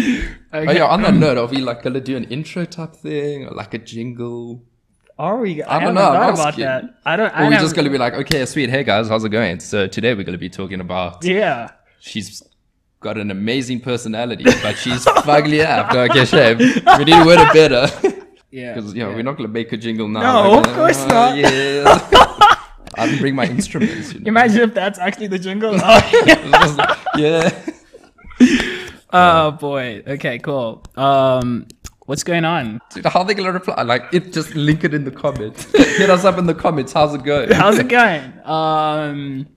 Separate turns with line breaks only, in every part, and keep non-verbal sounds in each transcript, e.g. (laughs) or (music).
Are you Oh, on that note, are we like gonna do an intro type thing or like a jingle?
Are we? I,
I
haven't
don't know. I'm
thought about
asking.
that. I don't. I
Or are we
haven't-
just gonna be like, okay, sweet, hey guys, how's it going? So today we're gonna be talking about
Yeah.
she's got an amazing personality, but she's (laughs) fugly up. No, okay, shame. We need a word of better. (laughs)
Yeah.
Because you know, we're not gonna make a jingle now.
No,
Like,
of course
"Oh,
not."
Yeah.
(laughs)
I didn't bring my instruments. You know?
Imagine if that's actually the jingle. (laughs) Oh, yeah.
It's just- yeah.
oh boy. Okay. Cool. Um, what's going on?
Dude, how they gonna reply? Like, it just link it in the comments. (laughs) Hit us up in the comments. How's it going?
How's it going? (laughs) Um,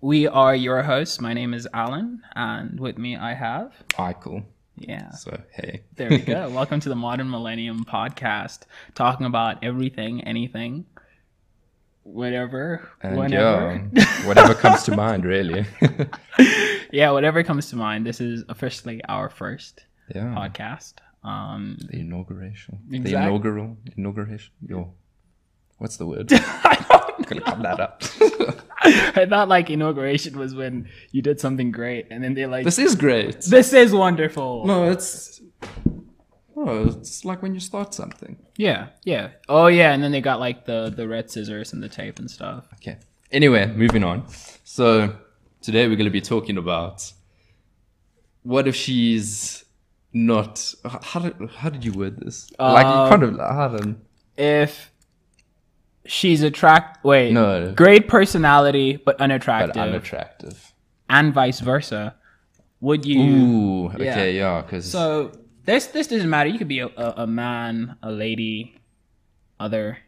we are your hosts. My name is Alan, and with me I have
Michael.
yeah.
So hey.
There we
(laughs)
go. Welcome to the Modern Millennium podcast, talking about everything, anything, whatever,
And
whenever.
yeah, whatever comes (laughs) to mind, really.
yeah, whatever comes to mind. This is officially our first
yeah.
podcast. Um,
The inauguration. The
Exact-
inaugural inauguration. Your what's the (laughs) word?
I don't
Gonna come that up.
(laughs) I thought like inauguration was when you did something great, and then they like this,
this is great.
is wonderful.
No, it's no, it's like when you start something.
Yeah, yeah. Oh yeah, and then they got like the the red scissors and the tape and stuff.
Okay. Anyway, moving on. So today we're gonna be talking about what if she's not how did, how did you word this? like you kind of I don't
If she's attract wait
No.
great personality but unattractive
but unattractive.
and vice versa, would you?
Ooh, okay, yeah, because
So this this doesn't matter. You could be a, a, a man, a lady, other,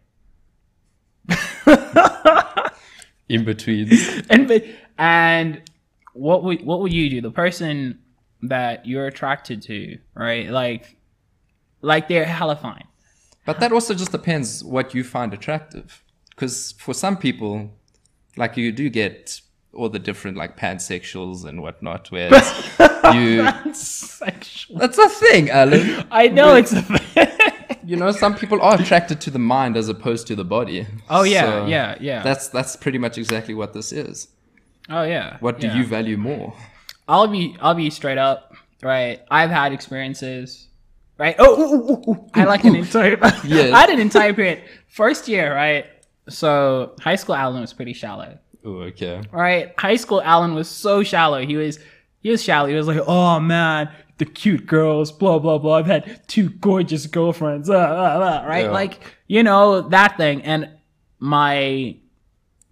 in between.
and but- and what would what would you do? The person that you're attracted to, right? Like, like they're hella fine.
But that also just depends what you find attractive. Because for some people, like you do get all the different like pansexuals and
(laughs)
whatnot, where it's- you.
Sexual.
That's a thing, Alan.
I know it's a.
You know, some people are attracted to the mind as opposed to the body.
(laughs) oh yeah,
So
yeah, yeah.
That's that's pretty much exactly what this is.
oh yeah.
What do
yeah.
you value more?
I'll be I'll be straight up, right? I've had experiences, right? Oh, ooh, ooh, ooh, ooh, I like an entire.
(laughs) Yes.
I had an entire period first year, right? So high school Alan was pretty shallow,
Oh, okay.
right? High school Alan was so shallow. He was he was shallow. He was like, oh man, the cute girls, blah blah blah. I've had two gorgeous girlfriends, ah, ah, ah," right?
Yeah.
Like you know that thing. And my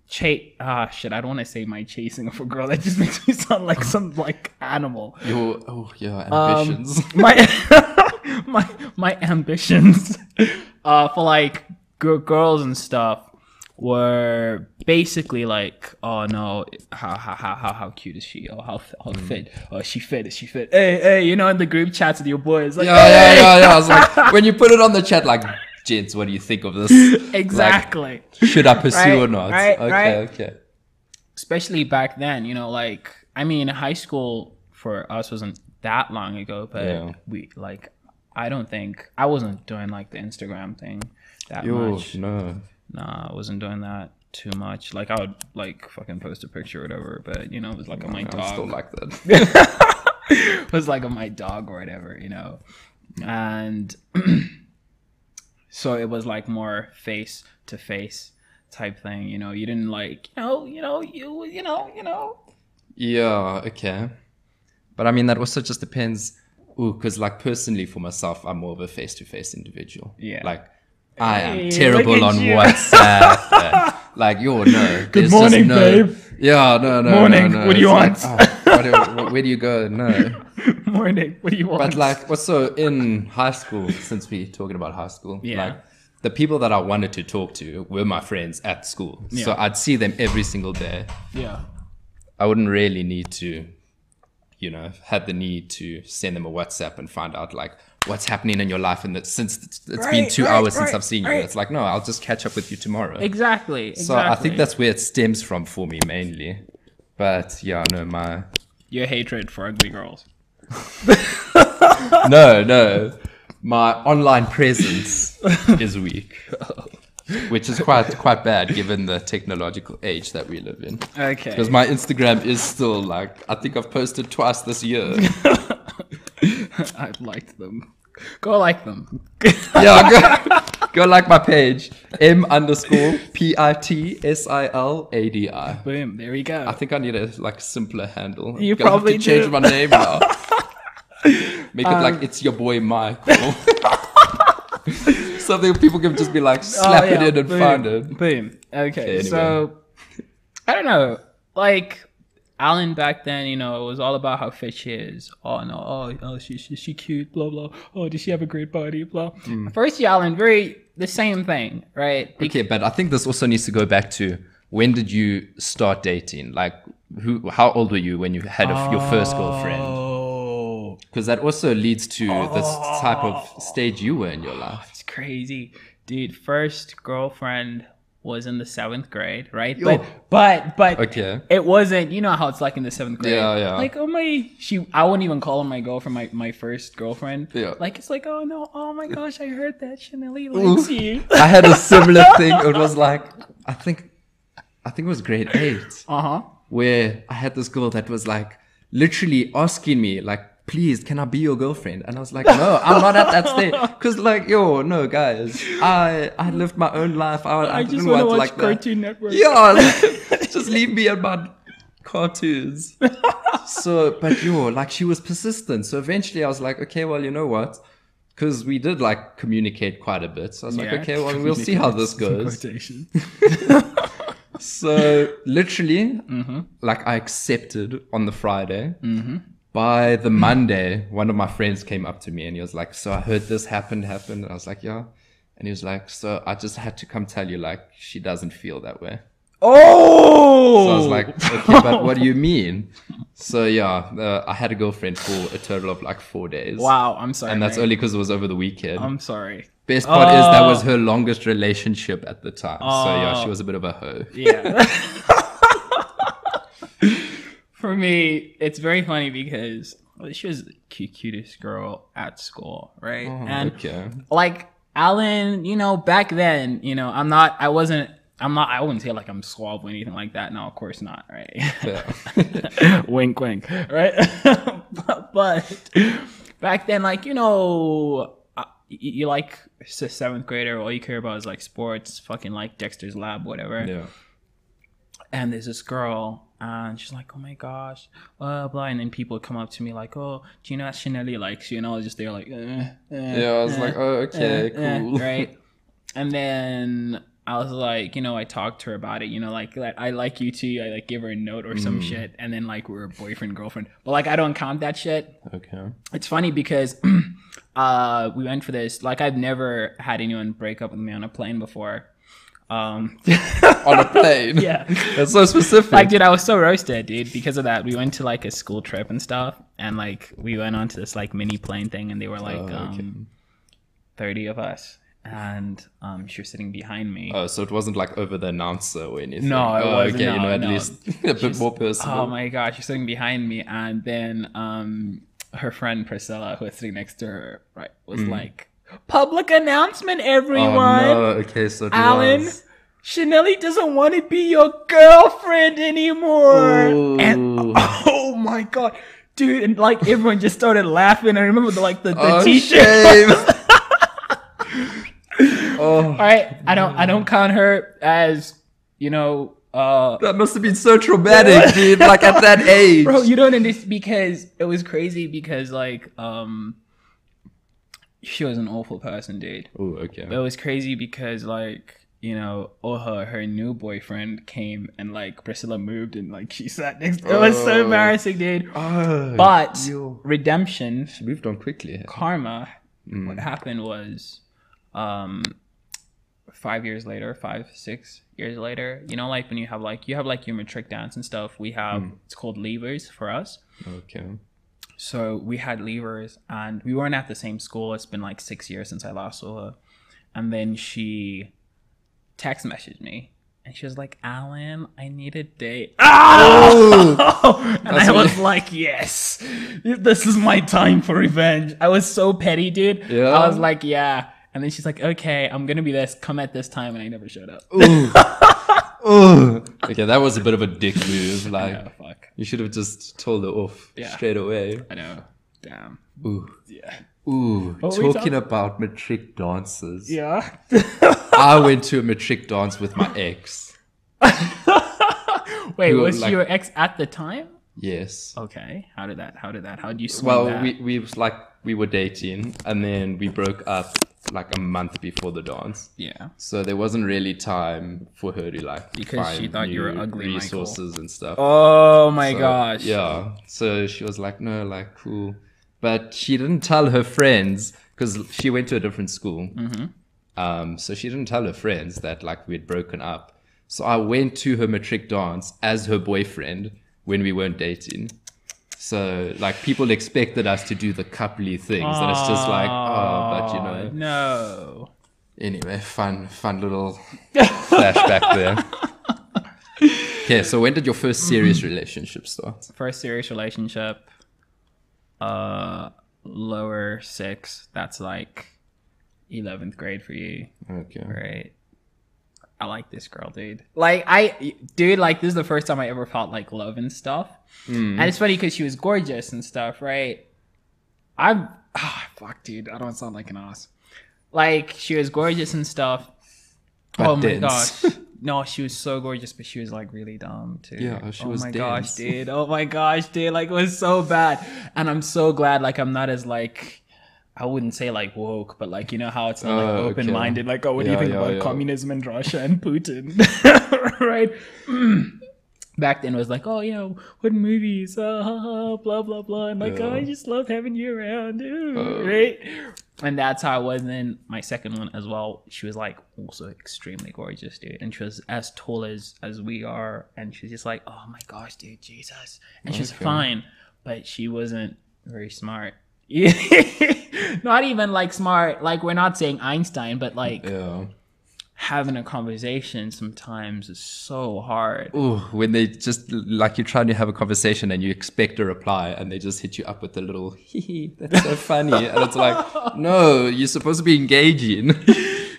chase ah shit, I don't want to say my chasing of a girl. That just makes me sound like some like animal
Your oh yeah
Um,
ambitions.
my (laughs) my my ambitions (laughs) uh, for like gir- girls and stuff were basically like, oh no, how how how how, how cute is she? Oh how f- how
Mm.
fit? Oh she fit? Is she fit? Hey hey, you know in the group chats with your boys, like
yeah, yeah,
"Hey!"
yeah, yeah. I was like, (laughs) when you put it on the chat, like, gents, what do you think of this?
exactly.
Should I pursue
Right,
or not?
right,
okay,
right.
okay.
Especially back then, you know, like I mean, high school for us wasn't that long ago, but
Yeah.
we like. I don't think I wasn't doing like the Instagram thing that
Yo,
much.
no.
Nah, I wasn't doing that too much. Like I would like fucking post a picture or whatever, but you know, it was like on my
I'm still
dog.
like that.
(laughs) it was like on my dog or whatever, you know. And (clears throat) so it was like more face to face type thing, you know. You didn't like, you know, you know, you you know, you know. (laughs)
yeah, okay. But I mean, that also just depends. Ooh, because, like, personally for myself, I'm more of a face to face individual.
Yeah.
Like, I am
Hey, look
terrible
at
on
you. (laughs)
WhatsApp. and, like, yo, no. Good
morning,
no,
babe.
Yeah, no, no.
Morning,
no, no.
what do you
It's like, oh, what do- where do you go? No.
Morning. What do you want?
But like, what's so in high school? Since we talking about high school,
Yeah.
like the people that I wanted to talk to were my friends at school, so
Yeah.
I'd see them every single day.
yeah.
I wouldn't really need to, you know, had the need to send them a WhatsApp and find out like what's happening in your life. And that since it's it's been
Right,
two
right,
hours since
right,
I've seen you,
right.
it's like no, I'll just catch up with you tomorrow.
Exactly. Exactly.
So I think that's where it stems from for me mainly. But yeah, no, my
your hatred for ugly girls. (laughs)
no, no. My online presence is weak, which is quite quite bad given the technological age that we live in.
Okay.
Because my Instagram is still like I think I've posted twice this year.
I liked them. Go like them.
yeah, go, go like my page. M underscore P I T S I L A D I.
Boom. There we go.
I think I need a like simpler handle.
You
I'm gonna have
probably
to change
do. Um,
my
(laughs)
name now. Make it like it's your
(laughs)
boy Michael. Something people can just be like slap
Oh, yeah,
it in and
boom,
find it.
Boom. Okay,
anyway.
so I don't know. Like Alan back then, you know, it was all about how fit she is. Oh no, oh, oh she, she she cute, blah blah. Oh, does she have a great body, blah.
Mm.
First, Alan, very the same thing, right? Be-
Okay, but I think this also needs to go back to when did you start dating? Like, who? How old were you when you had a f your first girlfriend?
Oh,
Because that also leads to this type of stage you were in your life.
it's crazy, dude. First girlfriend was in the seventh grade, right?
Yo.
But but but
Okay.
it wasn't you know how it's like in the seventh grade
Yeah, yeah.
like oh my she i wouldn't even call her my girlfriend my, my first girlfriend
Yeah.
like it's like oh no oh my gosh i heard that chanelli likes
(laughs)
you
I had a similar thing. It was like I think, I think it was grade eight
uh-huh
where I had this girl that was like literally asking me like, please, can I be your girlfriend? And I was like, no, I'm not at that
(laughs)
stage. Cause like, yo, no, guys, I I lived my own life. I, I,
i
didn't
just
want
want to watch
like that.
cartoon network
Yeah,
(laughs)
like, just leave me and my cartoons. so, but yo, like she was persistent. So eventually I was like, okay, well, you know what? Because we did like communicate quite a bit. So I was like, okay, well, we'll see how
(laughs)
this goes. (laughs)
Quotation.
So literally,
Mm-hmm.
like I accepted on the Friday. By the Monday, one of my friends came up to me and he was like, "So I heard this happened, happened." And I was like, "Yeah," and he was like, "So I just had to come tell you, like, she doesn't feel that way."
oh
So I was like, okay, but what do you mean? So yeah, uh, I had a girlfriend for a total of like four days.
(laughs) wow i'm sorry
And that's
mate.
only because it was over the weekend.
i'm sorry
Best part is that
Oh.
was her longest relationship at the time. So yeah, she was a bit of a hoe.
Yeah. (laughs) For me, it's very funny because she was the cu- cutest girl at school, right?
Uh-huh.
and
okay.
like Alan, you know, back then, you know, I'm not, I wasn't, I'm not, I wouldn't say like I'm suave or anything like that. No, of course not, right?
Yeah.
(laughs) wink, wink, right? (laughs) but, but back then, like you know, uh, you, you like s- seventh grader, all you care about is like sports, fucking like Dexter's Lab, whatever
yeah.
and there's this girl and she's like, oh my gosh, blah, blah. And then people come up to me like, oh, do you know that Chanelli likes you? And I was just there like, eh, eh,
Yeah, I was
eh,
like, oh,
eh,
okay,
eh,"
cool. (laughs)
right? And then I was like, you know, I talked to her about it, you know, like, like I like you too. I like give her a note or
Mm.
some shit. And then like we were boyfriend, girlfriend. But like, I don't count that shit
Okay.
it's funny because (clears throat) uh we went for this like i've never had anyone break up with me on a plane before um
(laughs)
(laughs)
On a plane.
yeah
That's so
(laughs)
specific.
like dude i was so roasted dude because of that we went to like a school trip and stuff and like we went on to this like mini plane thing and they were like
Oh, okay.
um 30 of us and um she was sitting behind me
oh, so it wasn't like over the announcer or anything.
No, it
oh,
wasn't.
Okay, you
No,
know, at
no. (laughs)
least a bit more personal.
Oh my gosh, she's sitting behind me, and then um, her friend Priscilla, who was sitting next to her, right, was like, "Public announcement, everyone!
Mm. Oh, no. Okay, so it
Alan,
was.
Chanelli doesn't want to be your girlfriend anymore."
Ooh.
And oh my god, dude, and like everyone just started laughing. I remember the like the, the
Oh,
t-shirt.
shame. oh,
(laughs) All right, I don't I don't count her as you know. uh
that must have been
(laughs)
so traumatic, dude. Like at that age.
bro you don't understand because it was crazy because like um she was an awful person dude
oh, okay.
it was crazy because like you know or her her new boyfriend came and like priscilla moved and like she sat next it was so
Oh.
embarrassing dude
Oh,
but
yo.
redemption
she moved on quickly. Hmm,
karma
Mm.
what happened was um five years later five six years later you know like when you have like you have like your matric dance and stuff we have it's called levers for us
Okay.
so we had levers and we weren't at the same school. It's been like six years since I last saw her. And then she text messaged me and she was like, Alan, I need a date. (laughs) Oh! and
That's
I was
what-
like, yes, this is my time for revenge. I was so petty, dude.
Yeah?
I was like, yeah. And then she's like, okay, I'm going to be this. Come at this time. And I never showed up.
Oh. okay, that was a bit of a dick move. Like
Oh, fuck.
you should have just told her off
Yeah.
straight away.
I know. Damn.
Ooh. Yeah. Ooh.
What were we
talking
talking-
about matric dances.
Yeah.
I went to a matric dance with my ex.
(laughs) Wait,
We were
was
like-
your ex at the time?
Yes.
Okay. How did that? How did that? How did you swing
well,
Oh, that?
we, we was like we were dating and then we broke up like a month before the dance.
yeah.
So there wasn't really time for her to like
Because she
find
thought you were
new
ugly, Michael.
resources and stuff.
Oh my
So,
gosh.
Yeah. So she was like, no, like, cool. But she didn't tell her friends because she went to a different school.
Mm-hmm.
Um, so she didn't tell her friends that, like, we had broken up. So I went to her matric dance as her boyfriend when we weren't dating. So, like, people expected us to do the coupley things. And it's just like, oh, but you
Oh,
know.
No.
Anyway, fun, fun little
(laughs)
flashback there. Okay, so when did your first
(laughs)
serious relationship start?
First serious relationship. Uh, lower six. That's like eleventh grade for you,
Okay.
right? I like this girl, dude. Like I, dude, like this is the first time I ever felt like love and stuff. And it's funny because she was gorgeous and stuff, right? I'm, ah, fuck, dude. I don't sound like an ass. Like she was gorgeous and stuff.
But
oh
dense.
my
(laughs)
gosh. No, she was so gorgeous, but she was like really dumb too.
Yeah, she
oh
was
my
dense.
gosh, dude. Oh my gosh, dude. Like it was so bad. And I'm so glad like I'm not as like I wouldn't say like woke, but like you know how it's not like
Oh, okay.
open minded, like oh what do
Yeah,
you think
yeah,
about
yeah.
communism and Russia and Putin? (laughs) right? (clears throat) Back then it was like, oh, you know, what movies, uh, ha, ha, blah blah blah, and like,
Yeah.
oh, I just love having you around, ooh,
Oh.
right? And that's how I was. And then my second one as well. She was like also extremely gorgeous, dude. And she was as tall as as we are. And she's just like, oh my gosh, dude, Jesus. And she's
Okay.
fine, but she wasn't very smart. (laughs) not even like smart. Like we're not saying Einstein, but like
Yeah.
having a conversation sometimes is so hard. (laughs)
Ooh, when they just like you're trying to have a conversation and you expect a reply and they just hit you up with a little hee hee, that's so funny. and it's
(laughs)
like, no, you're supposed to be engaging.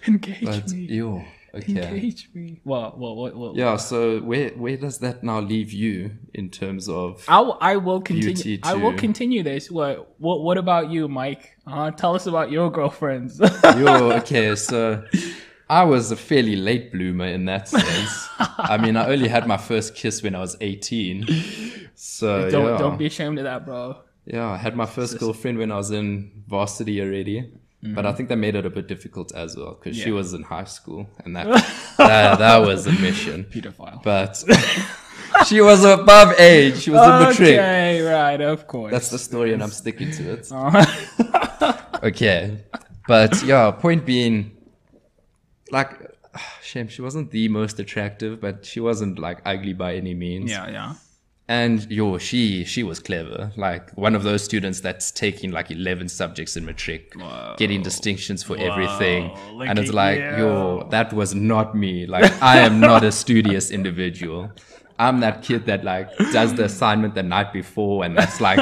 Engage
But
me.
ew. Okay.
Engage me. Well, well, well, well.
Yeah, so where where does that now leave you in terms
(laughs)
of
I, w- I will continue.
Beauty
I will
too.
continue this. What what what about you, Mike? Uh, tell us about your girlfriends. (laughs)
Yo, okay, so I was a fairly late bloomer in that sense. I mean, I only had my first kiss when I was 18.
(laughs)
So
don't
yeah.
don't be ashamed of that, bro.
Yeah, I had my first girlfriend when I was in varsity already, but I think that made it a bit difficult as well because she
Mm-hmm. Yeah.
was in high school,
(laughs)
and that that, that was a mission.
Pedophile. (laughs)
But she was above age; she was a matric.
Okay, right, of course.
That's the story, and I'm sticking to it.
(laughs) Uh,
Okay, but yeah, point being, like, (sighs) shame she wasn't the most attractive, but she wasn't like ugly by any means.
yeah, yeah.
And yo, she she was clever. Like one of those students that's taking like eleven subjects in matric, getting distinctions for everything.
Like,
and it's like,
yeah.
yo, that was not me. Like I am not a studious individual. I'm that kid that like does the assignment the night before, and
(laughs)
that's like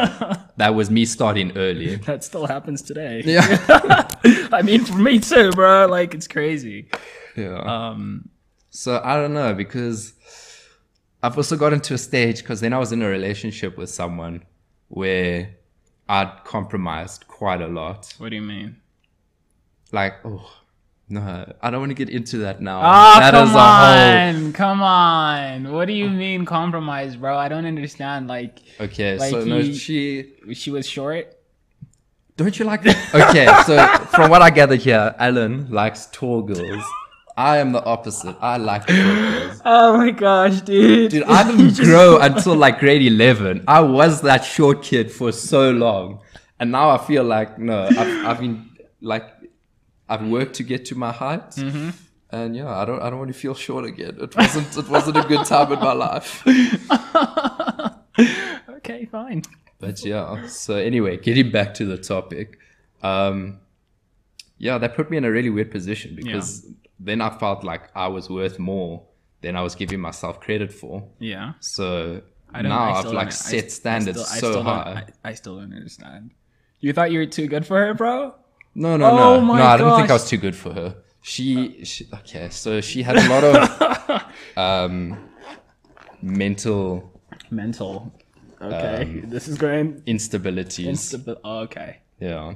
that was me starting early.
That still happens today.
Yeah.
(laughs) I mean, for me too, bro. Like, it's crazy.
Yeah. Um, so I don't know because I've also gotten to a stage because then I was in a relationship with someone where I'd compromised quite a lot.
What do you mean?
Like, oh no, I don't want to get into that now.
Oh,
That
come
is
on, come on. What do you mean compromise, bro? I don't understand. Like,
whole. Okay,
Like
so no,
he-
she.
she was (laughs) short.
Don't you (laughs) like? okay, so from what I gather here, Alan likes tall girls. I am the opposite. I like tall girls.
Oh my gosh, dude.
Dude, I didn't grow until like grade 11. I was that short kid for so long. And now I feel like, no, I've, I've been like, I've worked to get to my height. And yeah, I don't, I don't want to feel short again. It wasn't, it wasn't a good time in my life.
okay, fine.
But yeah, so anyway, getting back to the topic. Um, yeah, that put me in a really weird position because then I felt like I was worth more than I was giving myself credit for.
Yeah.
So
I don't,
now
I
I've
still
like
don't- I-
set standards
I still, I
so
still don't-
high.
I, I still don't understand. You thought you were too good for her, bro?
No, no,
Oh
no,
my
no. I don't think I
gosh.
was too good for her.
Uh.
She, she okay. So she had a lot of
(laughs)
um, mental
Mental. Okay, this is going
Um, instabilities.
instabil. oh, okay.
Yeah.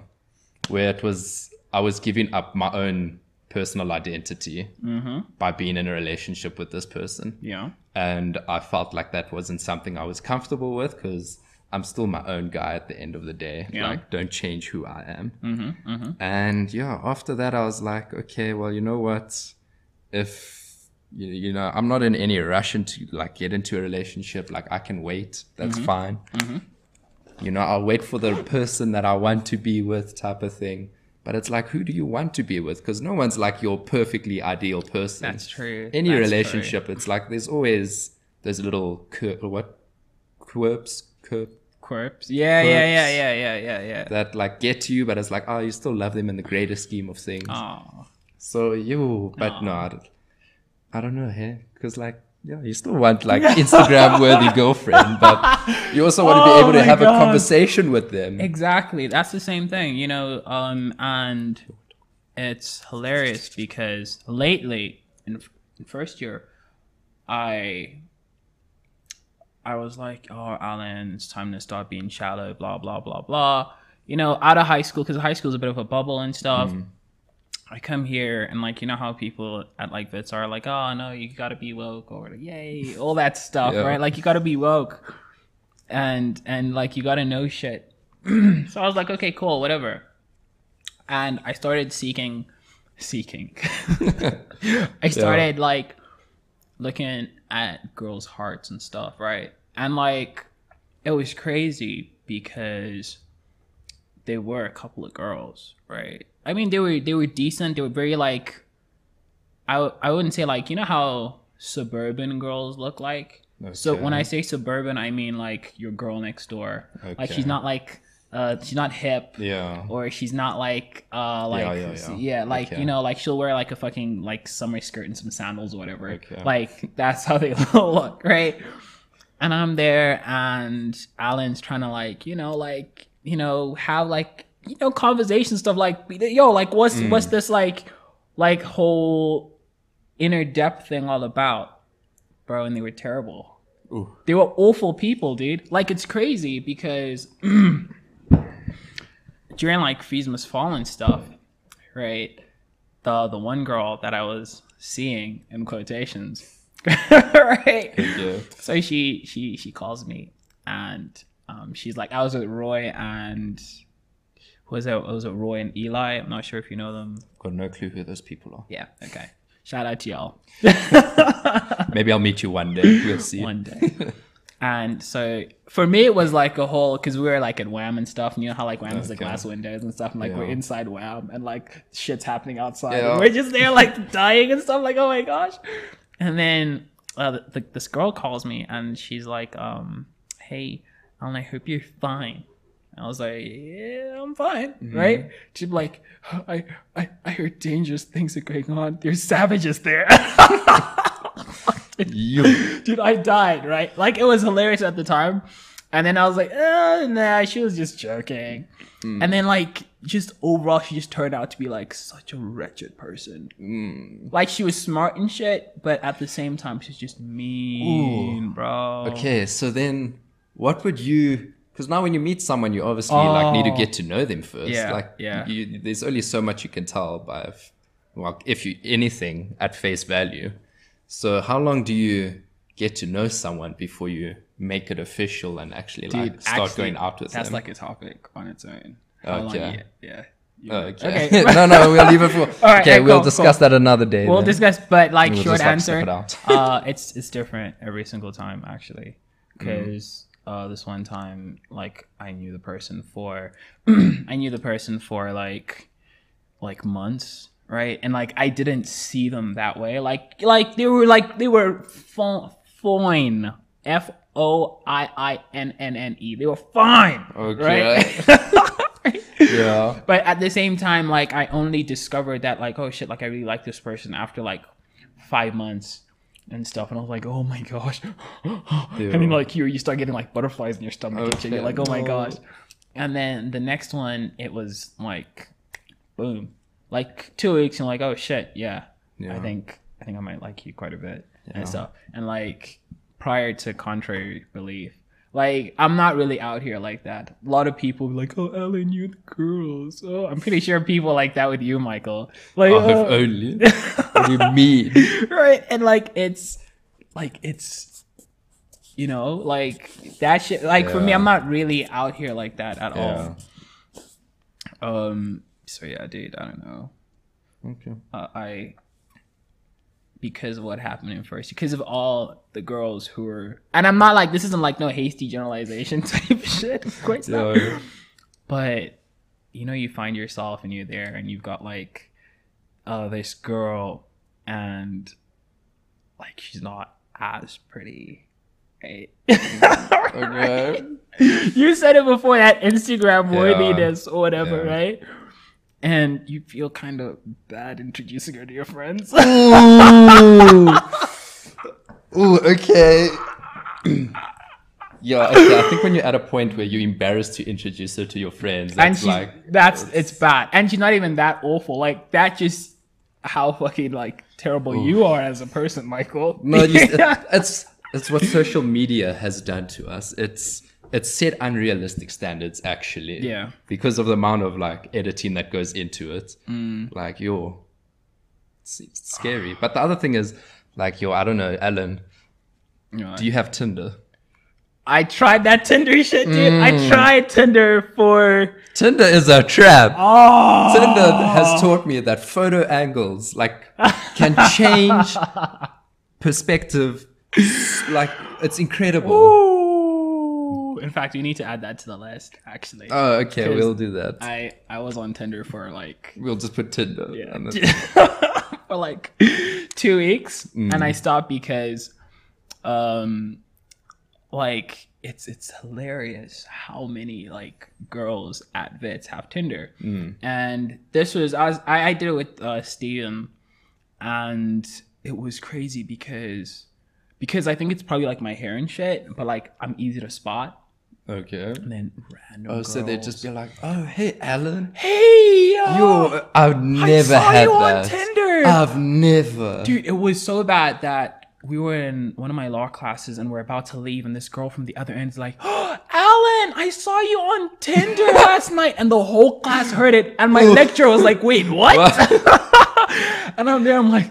Where it was, I was giving up my own personal identity
Mm-hmm.
by being in a relationship with this person.
Yeah.
And I felt like that wasn't something I was comfortable with because I'm still my own guy at the end of the day.
Yeah.
Like, don't change who I am. And yeah, after that, I was like, okay, well, you know what? If, you, you know, I'm not in any rush into like get into a relationship, like, I can wait. That's
Mm-hmm.
fine. You know, I'll wait for the person that I want to be with, type of thing. But it's like, who do you want to be with? Because no one's like your perfectly ideal person.
That's true.
Any
That's
relationship, it's like there's always those little cur- what quirps cur-
Quirps. Yeah, yeah, yeah,
Quirps.
yeah, yeah, yeah, yeah.
that like get to you, but it's like, oh, you still love them in the greater scheme of things.
Oh,
So you, but no, I don't, I don't know, hey, because like. Yeah, you still
(laughs)
want like Instagram worthy girlfriend, but you also want to
Oh
be able to
my
have
God.
a conversation with them.
exactly. That's the same thing, you know. Um, and it's hilarious because lately, in, in first year, I I was like, oh, Alan, it's time to start being shallow, blah, blah, blah, blah. You know, out of high school, because high school is a bit of a bubble and stuff. I come here and, like, you know how people at, like, Vits are like, oh, no, you got to be woke or, like, yay, all that stuff,
Yeah.
right? Like, you got to be woke and, and, like, you got to know shit. (clears throat) so I was like, okay, cool, whatever. And I started seeking,
(laughs)
seeking. (laughs) I started, like, looking at girls' hearts and stuff, right? And like it was crazy because there were a couple of girls, right? I mean, they were they were decent. They were very like I w- I wouldn't say like you know how suburban girls look like. So when
Okay.
I say suburban, I mean like your girl next door. Like
Okay.
she's not like uh she's not hip
Yeah.
or she's not like uh like yeah,
yeah, yeah.
like
Okay.
you know like she'll wear like a fucking like summer skirt and some sandals or whatever
Okay.
like that's how they (laughs) look right and i'm there and alan's trying to like you know like you know have like you know conversation stuff like yo like what's
Mm.
what's this like like whole inner depth thing all about bro and they were terrible
Ooh.
they were awful people, dude. Like it's crazy because (clears throat) during like Feesmas Fall and stuff, right? The the one girl that I was seeing in quotations, (laughs) right? (laughs)
Yeah.
So she she she calls me and um, she's like, I was with Roy and who was it? Was it Roy and Eli? I'm not sure if you know them.
Got no clue who those people are.
Yeah. Okay. Shout out to y'all. (laughs)
Maybe I'll meet you one day. We'll see.
one day.
(laughs)
and so for me, it was like a whole because we were like at Wham and stuff, and you know how like Wham is the
Okay.
glass windows and stuff, and like we're
Yeah.
inside Wham and like shit's happening outside.
Yeah.
And we're just there like (laughs) dying and stuff, like oh my gosh. And then uh, th th- this girl calls me and she's like, um, "Hey, Alan, I hope you're fine." I was like, yeah, I'm fine,
Mm-hmm.
right? She'd be like, I, I, I heard dangerous things are going on. There's savages
(laughs)
there. (laughs)
You.
dude i died right like it was hilarious at the time and then i was like uh nah she was just joking
Hmm.
and then like just overall she just turned out to be like such a wretched person
Hmm. Mm.
like she was smart and shit but at the same time she's just mean bro
Okay, so then what would you. Because now when you meet someone, you obviously like need to
Oh.
get to know them first.
Yeah,
Like,
yeah.
You, there's only so much you can tell by, if, well, if you anything at face value. So how long do you get to know someone before you make it official and actually like start
actually,
going out with
that's
them?
like a topic on its own How long
Okay.
you- yeah You-
Oh, okay. (laughs)
okay.
no, no, we'll leave it
(laughs)
for.
right,
okay,
yeah,
we'll
cool,
discuss that another day.
we'll
then.
discuss but like
We'll
short
just, like,
answer
step it
(laughs)
out.
uh, it's it's different every single time actually
Mm-hmm.
because uh, this one time like I knew the person for (clears throat) I knew the person for like like months right and like I didn't see them that way like like they were like they were fo- fine f o i i n n n e they were fine
Okay. (laughs)
right?
yeah.
but at the same time like i only discovered that like oh shit like i really like this person after like five months and stuff and i was like oh my gosh (gasps) and then like you you start getting like butterflies in your stomach and shit.
Okay.
you're like oh my
No.
gosh and then the next one it was like boom like two weeks and like oh shit yeah, i
Yeah.
think i think i might like you quite a bit and stuff and like prior to contrary belief Like, I'm not really out here like that. A lot of people be like, oh, Ellen, you the girls. Oh, I'm pretty sure people like that with you, Michael. Like,
Oh, if uh,
oh.
only.
(laughs)
what do you mean?
right? And like, it's like, it's, you know, like that shit. Like, for me,
Yeah.
I'm not really out here like that at
Yeah.
all. Um, so yeah, dude, I don't know.
Okay.
uh, I because of what happened in first, because of all the girls who were, and I'm not like this isn't like no hasty generalization (laughs) type shit, of course not.
Yeah.
But you know, you find yourself and you're there, and you've got like uh, this girl, and like she's not as pretty.
(laughs)
Right?
(laughs) Okay.
you said it before that Instagram
Yeah.
worthiness or whatever,
Yeah.
right? And you feel kind of bad introducing her to your friends.
Ooh. Ooh, okay. yeah, okay, I think when you're at a point where you're embarrassed to introduce her to your friends,
(laughs) and
that's
she's
like
that's it's bad. And she's not even that awful. Like that just how fucking like terrible you are as a person, Michael.
no, you,
(laughs)
it, it's it's what social media has done to us. It's it's set unrealistic standards actually.
Yeah.
Because of the amount of like editing that goes into it.
Mm.
Like yo, it's, it's scary. But the other thing is, like yo, I don't know, Ellen, do you have Tinder?
I tried that Tinder shit, dude. I tried Tinder for
Tinder is a trap.
oh
Tinder has taught me that photo angles like can
(laughs)
change perspective. s- Like it's incredible.
Ooh. In fact, we need to add that to the list. Actually,
Oh, okay,
'Cause
we'll do that.
I I was on Tinder for like
we'll just put Tinder.
(laughs)
on this.
for like two weeks and i stopped because um like it's it's hilarious how many like girls at vits have tinder
Hmm,
and this was i was i, I did it with uh steven and it was crazy because because i think it's probably like my hair and shit but like i'm easy to spot
Okay.
and then random
Oh, so they'd
girls-
just be like, "Oh, hey,
(gasps)
Alan,
hey yo,
you're." I've never
I saw
had
you
that. Ah,
on tinder
I've never.
Dude, it was so bad that we were in one of my law classes and we're about to leave, and this girl from the other end is like, (gasps) oh, Alan, I saw you on Tinder last night. And the whole class heard it. And my lecturer was like, wait, what? (laughs) and I'm there, I'm like,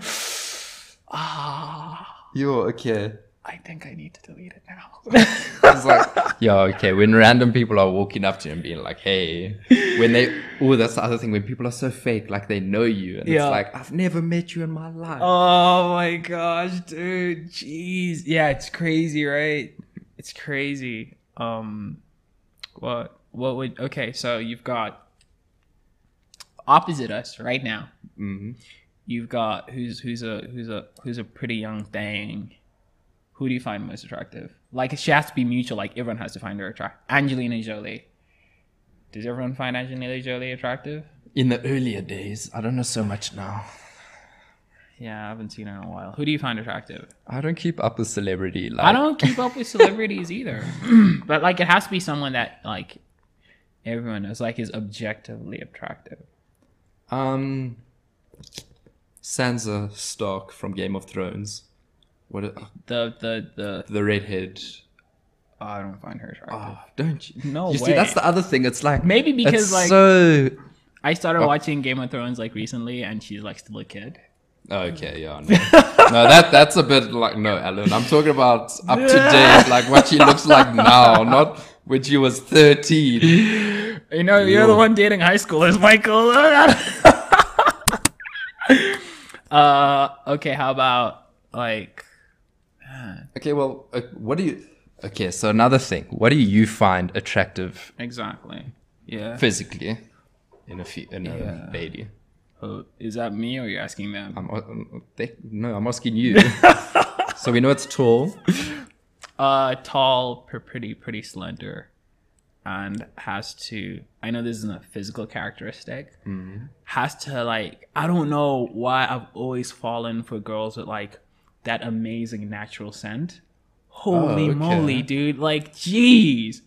(sighs) ah,
You're okay.
I think I need to delete it now. (laughs)
It's like, yeah, okay. When random people are walking up to you and being like, hey, when they, oh, that's the other thing. When people are so fake, like they know you, and
Yeah.
it's like, I've never met you in my life.
oh my gosh, dude. Jeez. Yeah, it's crazy, right? It's crazy. Um, what what would okay so you've got opposite us right now
Mhm.
you've got who's who's a who's a who's a pretty young thing who do you find most attractive like she has to be mutual like everyone has to find her attractive angelina jolie does everyone find angelina jolie attractive
In the earlier days, I don't know so much now.
yeah i haven't seen her in a while who do you find attractive
I don't keep up with celebrity. Like,
i don't keep (laughs) up with celebrities (clears throat) either but like it has to be someone that like everyone knows like is objectively attractive
Um, Sansa Stark from Game of Thrones. What? A,
the the the
the redhead.
Oh, I don't find her attractive.
Oh, don't you?
Ah. Uh, No
You see, that's
way.
the other thing. It's like
Maybe
it's
because, like-
so.
I started
Oh.
watching Game of Thrones like recently, and she's like still a kid.
Okay, yeah, no. no, that that's a bit like no, Alan. I'm talking about up to date, like what she looks like now, not when she was 13.
You know, you're the one dating high schoolers, Michael. (laughs) uh, okay. How about like?
Okay, well, uh, what do you? Okay, so another thing, what do you find attractive
Exactly. Yeah.
physically in a fe- in a
Yeah.
lady?
Oh, is that me, or you're asking them?
I'm, I'm they, no, I'm asking
(laughs)
you. so we know it's tall.
Uh, tall, pr- pretty, pretty slender, and has to. I know this isn't a physical characteristic. Has to like. I don't know why I've always fallen for girls with like that amazing natural scent. Holy
okay.
moly, dude! Like, jeez.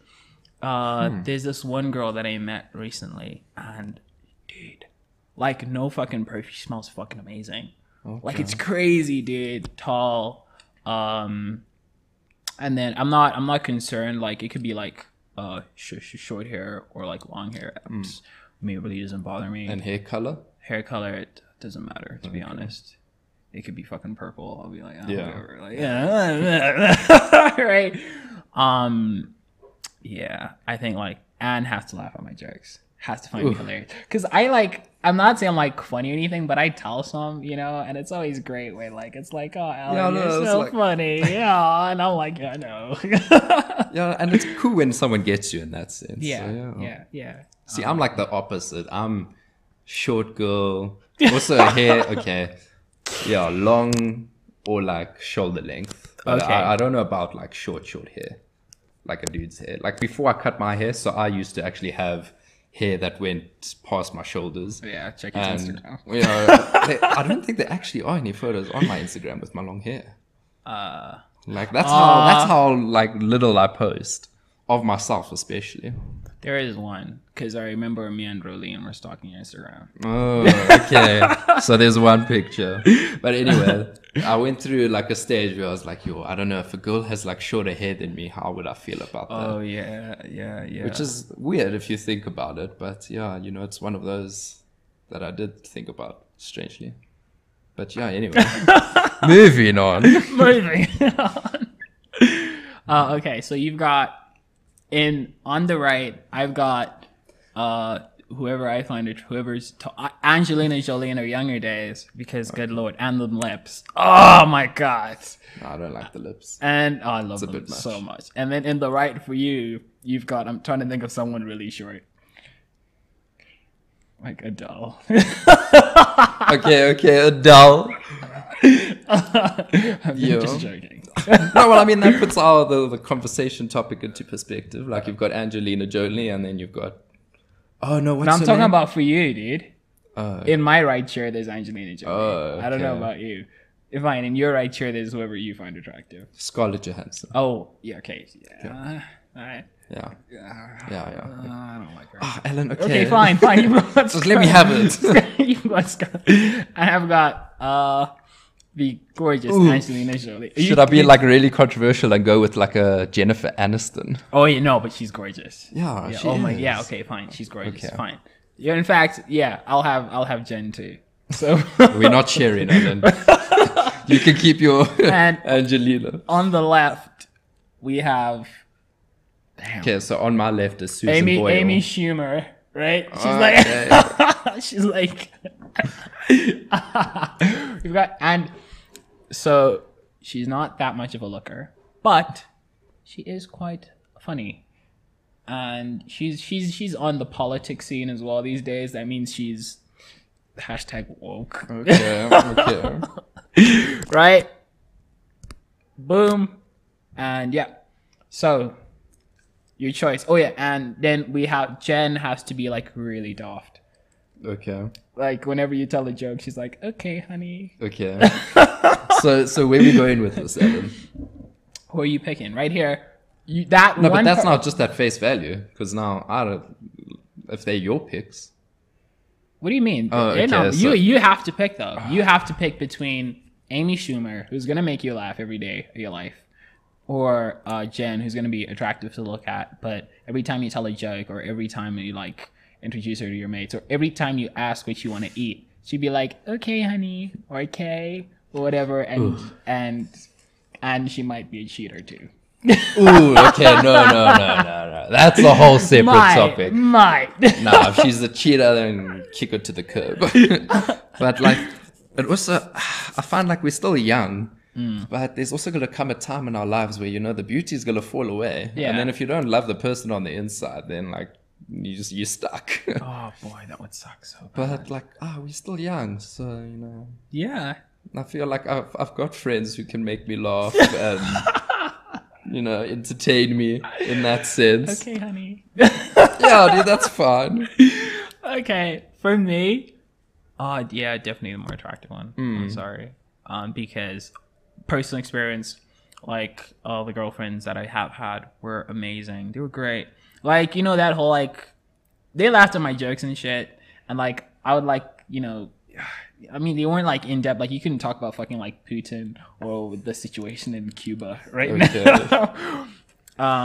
Uh, there's this one girl that I met recently, and dude, like, no fucking perfume she smells fucking amazing. Like, it's crazy, dude. Tall, um, and then I'm not I'm not concerned. Like it could be like uh sh- sh- short hair or like long hair. It's- I mean, it really doesn't bother me.
And hair color?
hair color it doesn't matter to be honest. It could be fucking purple. I'll be like, oh,
Yeah.
whatever. Like, yeah, (laughs) right. Um, yeah. I think like Anne has to laugh at my jokes. Has to find me hilarious because I like. I'm not saying I'm like funny or anything, but I tell some, you know, and it's always great when like it's like, oh, Alan,
Yeah, no,
you're
it's
so
like- (laughs)
funny, yeah, and I'm like, I know, (laughs)
Yeah, and it's cool when someone gets you in that sense. So,
yeah, yeah, yeah.
See,
Uh-huh.
I'm like the opposite. I'm short
(laughs)
girl. Also hair, okay. Yeah, long or like shoulder length. But
Okay.
I, I don't know about like short, short hair. Like a dude's hair. Like before I cut my hair, so I used to actually have hair that went past my shoulders.
Yeah, check his
And (laughs)
Instagram.
you know, they- I don't think there actually are any photos on my Instagram with my long hair.
Uh,
Like that's how that's how like little I post of myself, especially.
There is one because I remember me and Rolene were stalking Instagram.
Oh, okay. (laughs) so there's one picture. But anyway, I went through like a stage where I was like, yo, I don't know if a girl has like shorter hair than me, how would I feel about that?
Oh yeah, yeah, yeah. (laughs)
Which is weird if you think about it, but yeah, you know, it's one of those that I did think about strangely. But yeah,
(laughs)
anyway. Moving on.
moving (laughs) on. uh, okay, so you've got in on the right. I've got uh, whoever I find it, whoever's to, uh, Angelina Jolie in her younger days. Because good lord, and the lips. Oh my god.
No, I don't like the lips.
And oh, I love them
bit much.
so much. And then in the right for you, you've got. I'm trying to think of someone really short. Like Adele. (laughs)
Okay, okay, Adele.
I'm
Yeah.
just joking. (laughs)
no, well, I mean, that puts all the, the conversation topic into perspective. Like, you've got Angelina Jolie, and then you've got. Oh, no, what's
No, I'm
her
talking
name?
about for you, dude.
Oh,
In my right chair, there's Angelina Jolie.
Oh,
I don't know
okay.
about you. If I in your right chair, there's whoever you find attractive.
Scarlett Johansson.
Oh, yeah, okay. Yeah. Uh, all right.
Yeah,
Uh,
yeah, yeah.
uh, I don't like her.
Ah, Ellen, okay.
Okay, fine, fine.
(laughs)
You got
Just let me have
(laughs)
it.
You've got Scar- I have got uh, the gorgeous Angelina Jolie. You-
Should I be
you-
like really controversial and go with like a Jennifer Aniston?
Oh, yeah, no, but she's gorgeous.
Yeah,
Yeah,
she
oh my.
is.
Yeah. Okay. Fine. She's gorgeous.
Okay.
Fine. Yeah. In fact, yeah. I'll have. I'll have Jen too.
(laughs)
So
We're not
(laughs)
sharing, Ellen. you can keep your
And-
(laughs) Angelina.
on the left, we have
Okay, so on my left is Susan
Amy.
Boyle.
Amy Schumer. Right. She's like. (laughs) she's like. We've got and so she's not that much of a looker, but she is quite funny. And she's she's she's on the politics scene as well these days. That means she's hashtag woke.
Okay, okay.
right? Boom. And yeah. So your choice. Oh yeah, and then we have Jen has to be like really daft.
Okay.
Like whenever you tell a joke, she's like, "Okay, honey, (laughs)
Okay. so so where we going with this, Ellen?
who are you picking?" Right here, you that
No,
one.
but that's
per-
not just at face value, because now I don't. If they're your picks,
What do you mean?
Oh,
They're not-
okay,
you
so-
you have to pick though. You have to pick between Amy Schumer, who's gonna make you laugh every day of your life, or uh, Jen, who's gonna be attractive to look at, but every time you tell a joke, or every time you like introduce her to your mates, or every time you ask what you want to eat, she'd be like, "Okay, honey," or "Okay," or whatever, and and and she might be a cheater too.
Ooh, okay, no, no, no, no, no. That's a whole separate
Might,
topic.
might. (laughs)
Nah, if she's a cheater, then kick her to the curb. but like, it also, I find like we're still young, but there's also gonna come a time in our lives where you know the beauty's gonna fall away,
Yeah.
and then if you don't love the person on the inside, then like you just you're stuck. (laughs)
oh boy, that would suck so. Bad.
but like, ah, we're still young, so you know.
Yeah,
I feel like I've, I've got friends who can make me laugh and, you know, entertain me in that sense.
okay, honey.
Yeah, dude, that's fine.
okay, for me, uh, yeah, definitely the more attractive one. I'm sorry, um, because personal experience, like all the girlfriends that I have had were amazing. They were great. Like you know that whole like, they laughed at my jokes and shit, and like I would like you know I mean, they weren't like in depth. Like you couldn't talk about fucking like Putin or the situation in Cuba right now.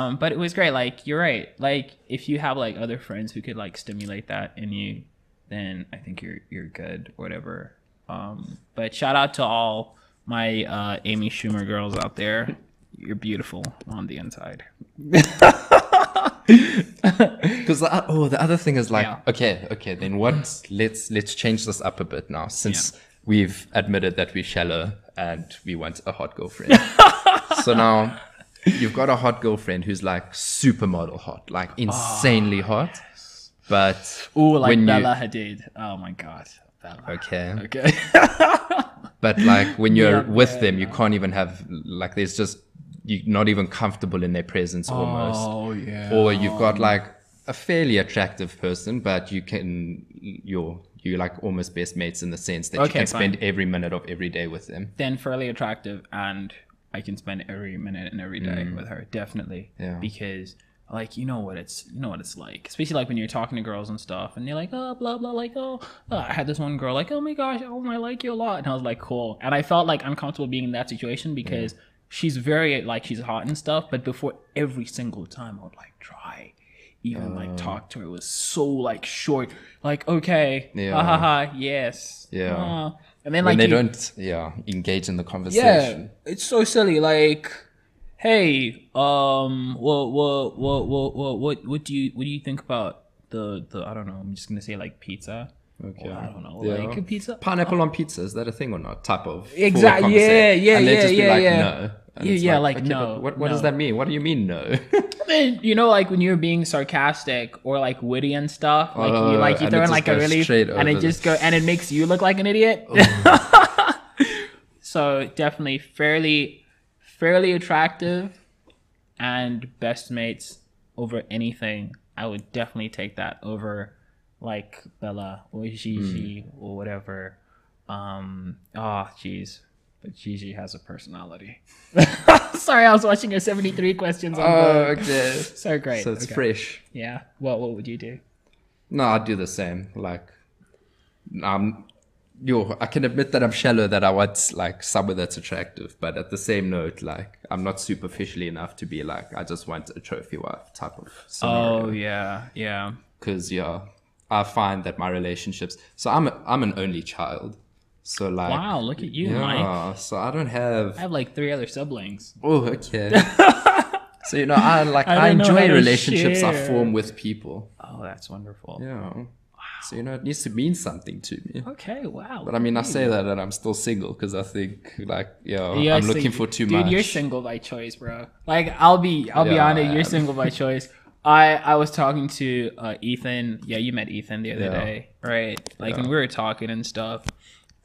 (laughs) um, but it was great. Like you're right. Like if you have like other friends who could like stimulate that in you, then I think you're you're good. Whatever. Um, but shout out to all my uh, Amy Schumer girls out there. You're beautiful on the inside.
Because the, o- oh, the other thing is like,
Yeah.
okay, okay, then what? Let's let's change this up a bit now, since we've admitted that we're shallow and we want a hot girlfriend.
(laughs)
so now you've got a hot girlfriend who's like supermodel hot,
Ah.
like insanely hot. But
Ooh, like
when
Bella Hadid. Oh my god, Bella.
you okay,
(laughs) Okay.
but like when you're
Yeah,
with them, you can't even have like there's just you're not even comfortable in their
Oh.
presence almost.
yeah.
or you've got like a fairly attractive person, but you can you're you like almost best mates in the sense that you
Okay,
can spend every minute of every day with them.
then fairly attractive and I can spend every minute and every day with her definitely
Mm. Yeah.
because like you know what it's you know what it's like especially like when you're talking to girls and stuff and they're like oh blah blah like oh uh, I had this one girl like oh my gosh oh I like you a lot and I was like cool and I felt like uncomfortable being in that situation because she's very like she's hot and stuff but before every single time I would like try even
Uh.
like talk to her it was so like short like okay
Yeah.
ha ha ha yes
Yeah.
uh, and then like
When they
you-
don't yeah, engage in the
yeah,
conversation.
it's so silly. Like, hey, um, what, what, what, what, what, what, what do you, what do you think about the, the? I don't know. I'm just gonna say like pizza.
Okay.
I don't know,
Yeah.
like pizza.
Pineapple on pizza, is that a thing or not? Type of full
Exact-
conversa-
yeah, yeah,
And they
yeah,
just be
yeah,
like,
yeah.
no. And
Yeah,
it's
yeah, like,
okay,
no,
but What, what does
no.
that mean? What do you
(laughs)
mean no?
And, you know, like when you're being sarcastic or like witty and stuff, like you
Oh,
like you
and
throw
it
in
just
like a
goes
really
straight
and it
over
just
the-
go and it makes you look like an
(laughs)
idiot. (laughs) so definitely fairly, fairly attractive, and best mates over anything. I would definitely take that over like Bella or Gigi
Hmm.
or whatever. Um, oh jeez. But Gigi has a personality. (laughs) Sorry, I was watching her 73 questions on
Uh,
Vogue.
Oh, okay.
So great.
So it's
Okay.
fresh.
Yeah. What What would you do?
No, I'd do the same. Like, um, yo, I can admit that I'm shallow, that I want like someone that's attractive, but at the same note, like, I'm not superficially enough to be like, I just want a trophy wife type of
Oh.
scenario.
yeah, yeah.
Because yeah, I find that my relationships. So I'm a, I'm an only child, so like,
Wow, look at you, Mike.
yeah. So I don't
I
have.
have like three other siblings.
Oh,
(laughs)
okay. so you know, I like
I
I,
don't know how
enjoy
to
relationships I
share.
form with people.
Oh, that's wonderful.
Yeah. So you know, it needs to mean something to me.
Okay. Wow.
But I mean, I say that and I'm still single because I think, like, yeah,
You're
I'm looking
sing-
for too
Dude,
much.
you're single by choice, bro. Like I'll be, I'll be
Yeah,
on
I
it. You're
am.
single by choice. I I was talking to uh, Ethan. Yeah, you met Ethan the other
Yeah.
day, right? Like, and we were talking and stuff.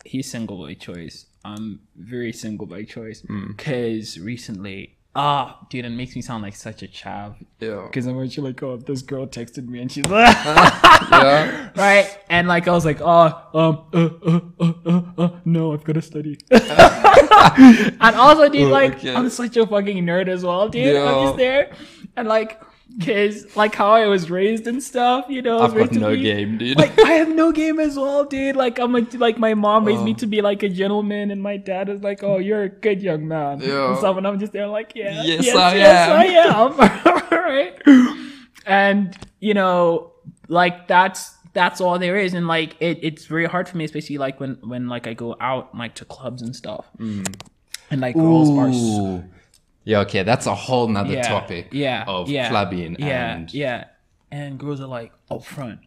He's single by choice. I'm very single by choice
Mm.
because recently, ah, dude, it makes me sound like such a chav.
yeah.
Because I'm actually like, oh, this girl texted me and she's (laughs) like,
(laughs) yeah.
right? And like, I was like, oh, um, uh, uh, uh, uh, uh, no, I've got to study. (laughs) and also, dude,
Oh,
like,
okay.
I'm such a fucking nerd as well, dude. I'm
Yeah.
just there. And like, kids, like how I was raised and stuff, you know. I was
I've got
raised to
no
be-
game, dude.
Like, I have no game as well, dude. Like, I'm a, like, my mom raised me
Oh.
to be like a gentleman, and my dad is like, oh, you're a good young man.
Yeah.
And stuff, and I'm just there, like, yeah.
Yes, I
Yes, I am. (laughs) right? And, you know, like, that's. That's all there is, and like it, it's very hard for me, especially like when when like I go out like to clubs and stuff, and like girls are so
Mm. Ooh. Yeah, okay, that's a whole nother
yeah,
topic
yeah,
of
yeah,
clubbing
yeah,
and
yeah. And girls are like up front,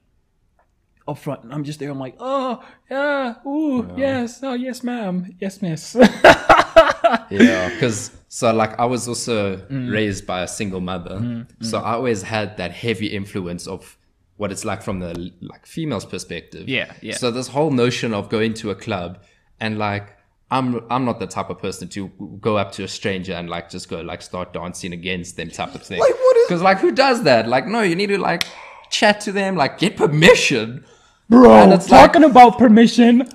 up front, and I'm just there. I'm like, oh yeah, ooh yes, oh yes, ma'am, yes, miss. (laughs)
yeah (laughs) because so like i was also
Mm.
raised by a single mother so i always had that heavy influence of what it's like from the like female's perspective
Yeah, yeah.
so this whole notion of going to a club and like I'm, I'm not the type of person to go up to a stranger and like just go like start dancing against them type of thing. Like
what is-
Because like who does that? Like no, you need to like chat to them, like get permission.
Bro,
And it's like-
talking about permission,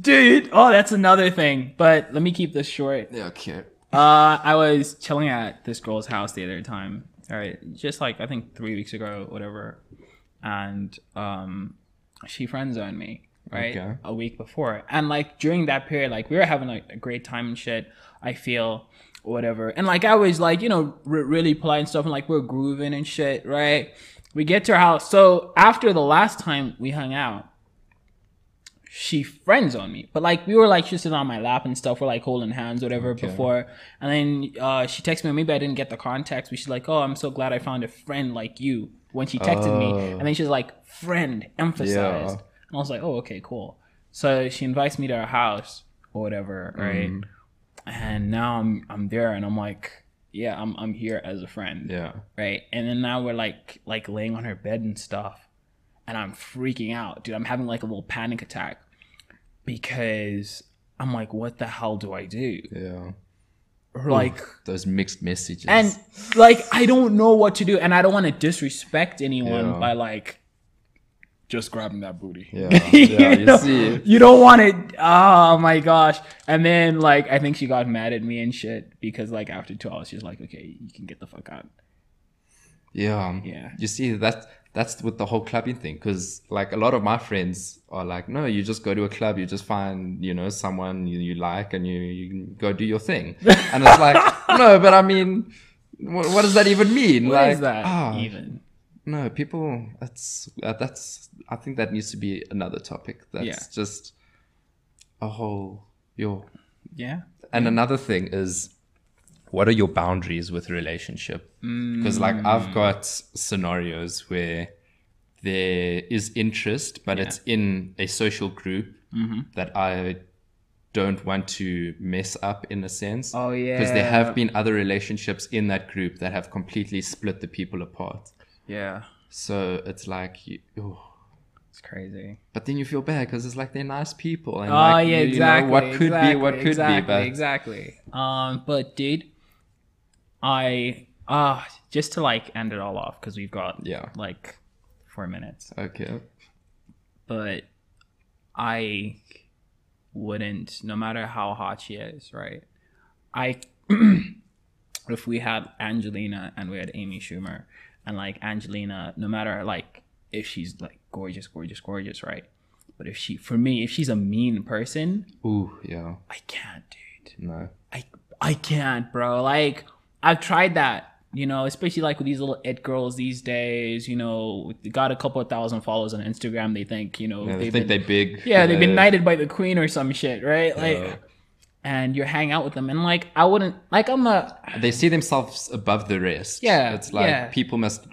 dude. Oh, that's another thing. But let me keep this short.
Yeah, okay.
Uh, I was chilling at this girl's house the other time. All right, just like I think three weeks ago, whatever. And um, she friend zoned me. right?
Okay.
A week before. And like during that period, like we were having like a great time and shit. I feel whatever. And like I was like, you know, re- really polite and stuff and like we're grooving and shit, right? We get to her house. So after the last time we hung out, she friends on me. But like we were like she was sitting on my lap and stuff. We're like holding hands, whatever, before. And then uh, she texted me. Maybe I didn't get the context. But she's like, "Oh, I'm so glad I found a friend like you." When she texted me,
Oh.
and then she's like, "Friend," emphasized. And I was like, "Oh, okay, cool." So she invites me to her house or whatever, right? And now I'm I'm there, and I'm like, "Yeah, I'm I'm here as a friend."
Yeah.
right? And then now we're like like laying on her bed and stuff, and I'm freaking out, dude. I'm having like a little panic attack because I'm like, what the hell do I do?
Yeah.
Like,
Those mixed messages.
and like I don't know what to do, and I don't want to disrespect anyone
Yeah.
by like just grabbing that booty. (laughs)
yeah, yeah, you,
know?
see.
You don't want it. Oh my gosh! And then like I think she got mad at me and shit because like after two hours she's like, okay, you can get the fuck out.
Yeah.
Yeah.
You see that's that's with the whole clubbing thing because like a lot of my friends are like, no, you just go to a club, you just find you know someone you, you like, and you, you go do
(laughs)
your thing. And it's like, no, but I mean, what, what does that even mean?
What
like,
is that
ah,
even?
no, people. That's uh, that's. I think that needs to be another topic. That's
Yeah.
just a whole your
Yeah.
and another thing is, what are your boundaries with relationship? Because like
Mm.
I've got scenarios where there is interest, but it's in a social group
Mm-hmm.
that I don't want to mess up in a sense.
Oh,
Because there
yeah.
have been other relationships in that group that have completely split the people apart.
Yeah.
So it's like, you, ooh.
It's crazy.
but then you feel bad because it's like they're nice people. And
Oh
like,
yeah,
you- you know,
exactly.
what could
exactly,
be, what could
exactly,
be, but
exactly. Um, but dude, I uh just to like end it all off because we've got
Yeah.
like four minutes.
okay.
But I wouldn't, no matter how hot she is, right? I (clears throat) if we had Angelina and we had Amy Schumer and like Angelina, no matter like if she's like gorgeous, gorgeous, gorgeous, right? But if she, for me, if she's a mean person,
Ooh, yeah.
I can't, dude.
No.
I I can't, bro. Like I've tried that, you know, especially like with these little it girls these days. You know, they got a couple of thousand followers on Instagram. They think, you know,
Yeah, they
they've
think
been,
they're big. uh,
yeah, they've been
nice.
knighted by the queen or some shit, right? Like,
Yeah.
and you hang out with them, and like I wouldn't, like I'm a
They see themselves above the rest.
Yeah,
It's like
yeah.
people must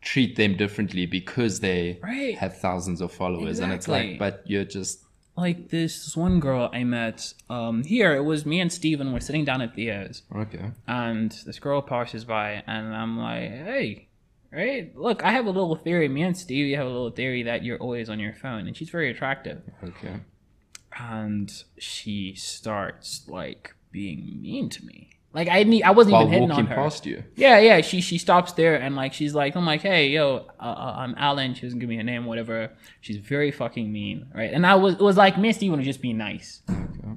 treat them differently because they
Right.
have thousands of followers. And it's
Exactly.
like, but you're just,
like this one girl I met um here. It was me and Steven were sitting down at Theo's,
okay.
and this girl passes by and i'm like hey right look i have a little theory me and stevie have a little theory that you're always on your phone and she's very attractive
Okay.
and she starts like being mean to me like i need i wasn't
While
even hitting
walking
on her
past you.
yeah yeah she she stops there and like she's like i'm like hey yo uh, uh, i'm alan she doesn't give me her name whatever she's very fucking mean right and i was it was like me and steven was just being nice
Okay.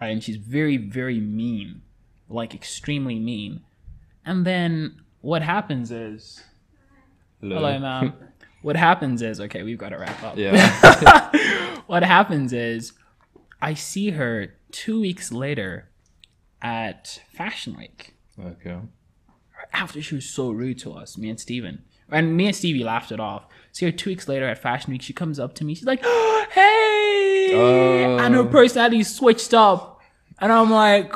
right? And she's very, very mean, like extremely mean. And then what happens is,
Hello.
hello, ma'am. what happens is, okay, we've got to wrap up.
Yeah.
(laughs) What happens is, I see her two weeks later at Fashion Week
okay.
after she was so rude to us, me and Steven. And me and Stevie laughed it off. See her two weeks later at Fashion Week, she comes up to me. She's like, (gasps) hey!
Oh.
And her personality switched up. And I'm like,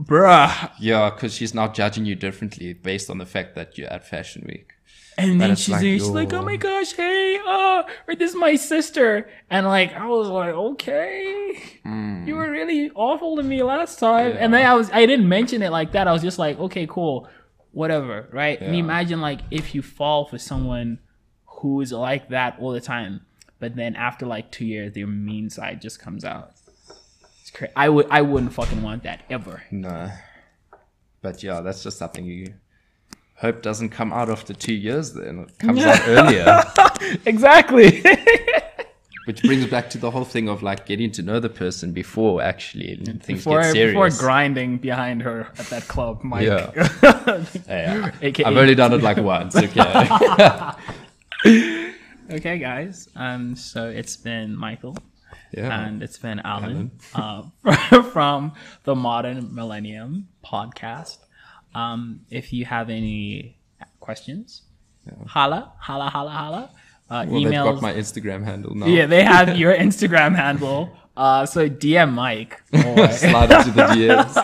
bruh.
Yeah, because she's now judging you differently based on the fact that you're at Fashion Week.
And then
it's
she's
like,
like, she's like,
yo.
oh my gosh, hey, uh, or this is my sister. And like, I was like, okay,
Hmm.
you were really awful to me last time. And then I was, I didn't mention it like that. I was just like, okay, cool, whatever, right? And
Yeah.
imagine like if you fall for someone who is like that all the time, but then after like two years, their mean side just comes out. It's crazy. I would, I wouldn't fucking want that
(laughs)
ever.
No. But yeah, that's just something you hope doesn't come out after two years then. It comes
(laughs)
out earlier.
exactly.
Which brings back to the whole thing of like getting to know the person before actually things
before,
get serious.
before grinding behind her at that club, Mike.
Yeah.
(laughs)
Yeah.
AKA.
I've only done it like once.
(laughs)
Okay.
Okay, guys. Um, so it's been Michael.
Yeah.
and it's been Alan, (laughs) uh, from the Modern Millennium podcast. Um, if you have any questions, holla, holla, holla, holla. Uh,
Well, they've
emails.
got my Instagram handle now.
yeah, they have your Instagram handle. Uh, so DM Mike.
(laughs)
Or,
Slide into the
(laughs)
DMs.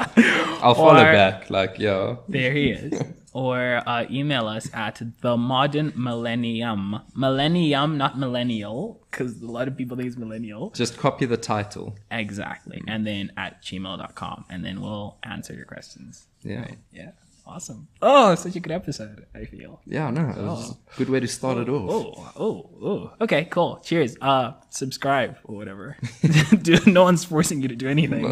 I'll follow
Or-
back. Like, yeah.
there he is. Or uh, email us at the modern millennium. Millennium, not millennial, because a lot of people think it's millennial.
Just copy the title.
Exactly. And then at gmail.com. And then we'll answer your questions.
Yeah.
Yeah. Awesome. Oh, such a good episode, I feel.
Yeah, no. It was a good way to start it off.
Oh, oh, oh. Okay, cool. (laughs) Cheers. Uh subscribe or whatever. Dude, no one's forcing you to do anything.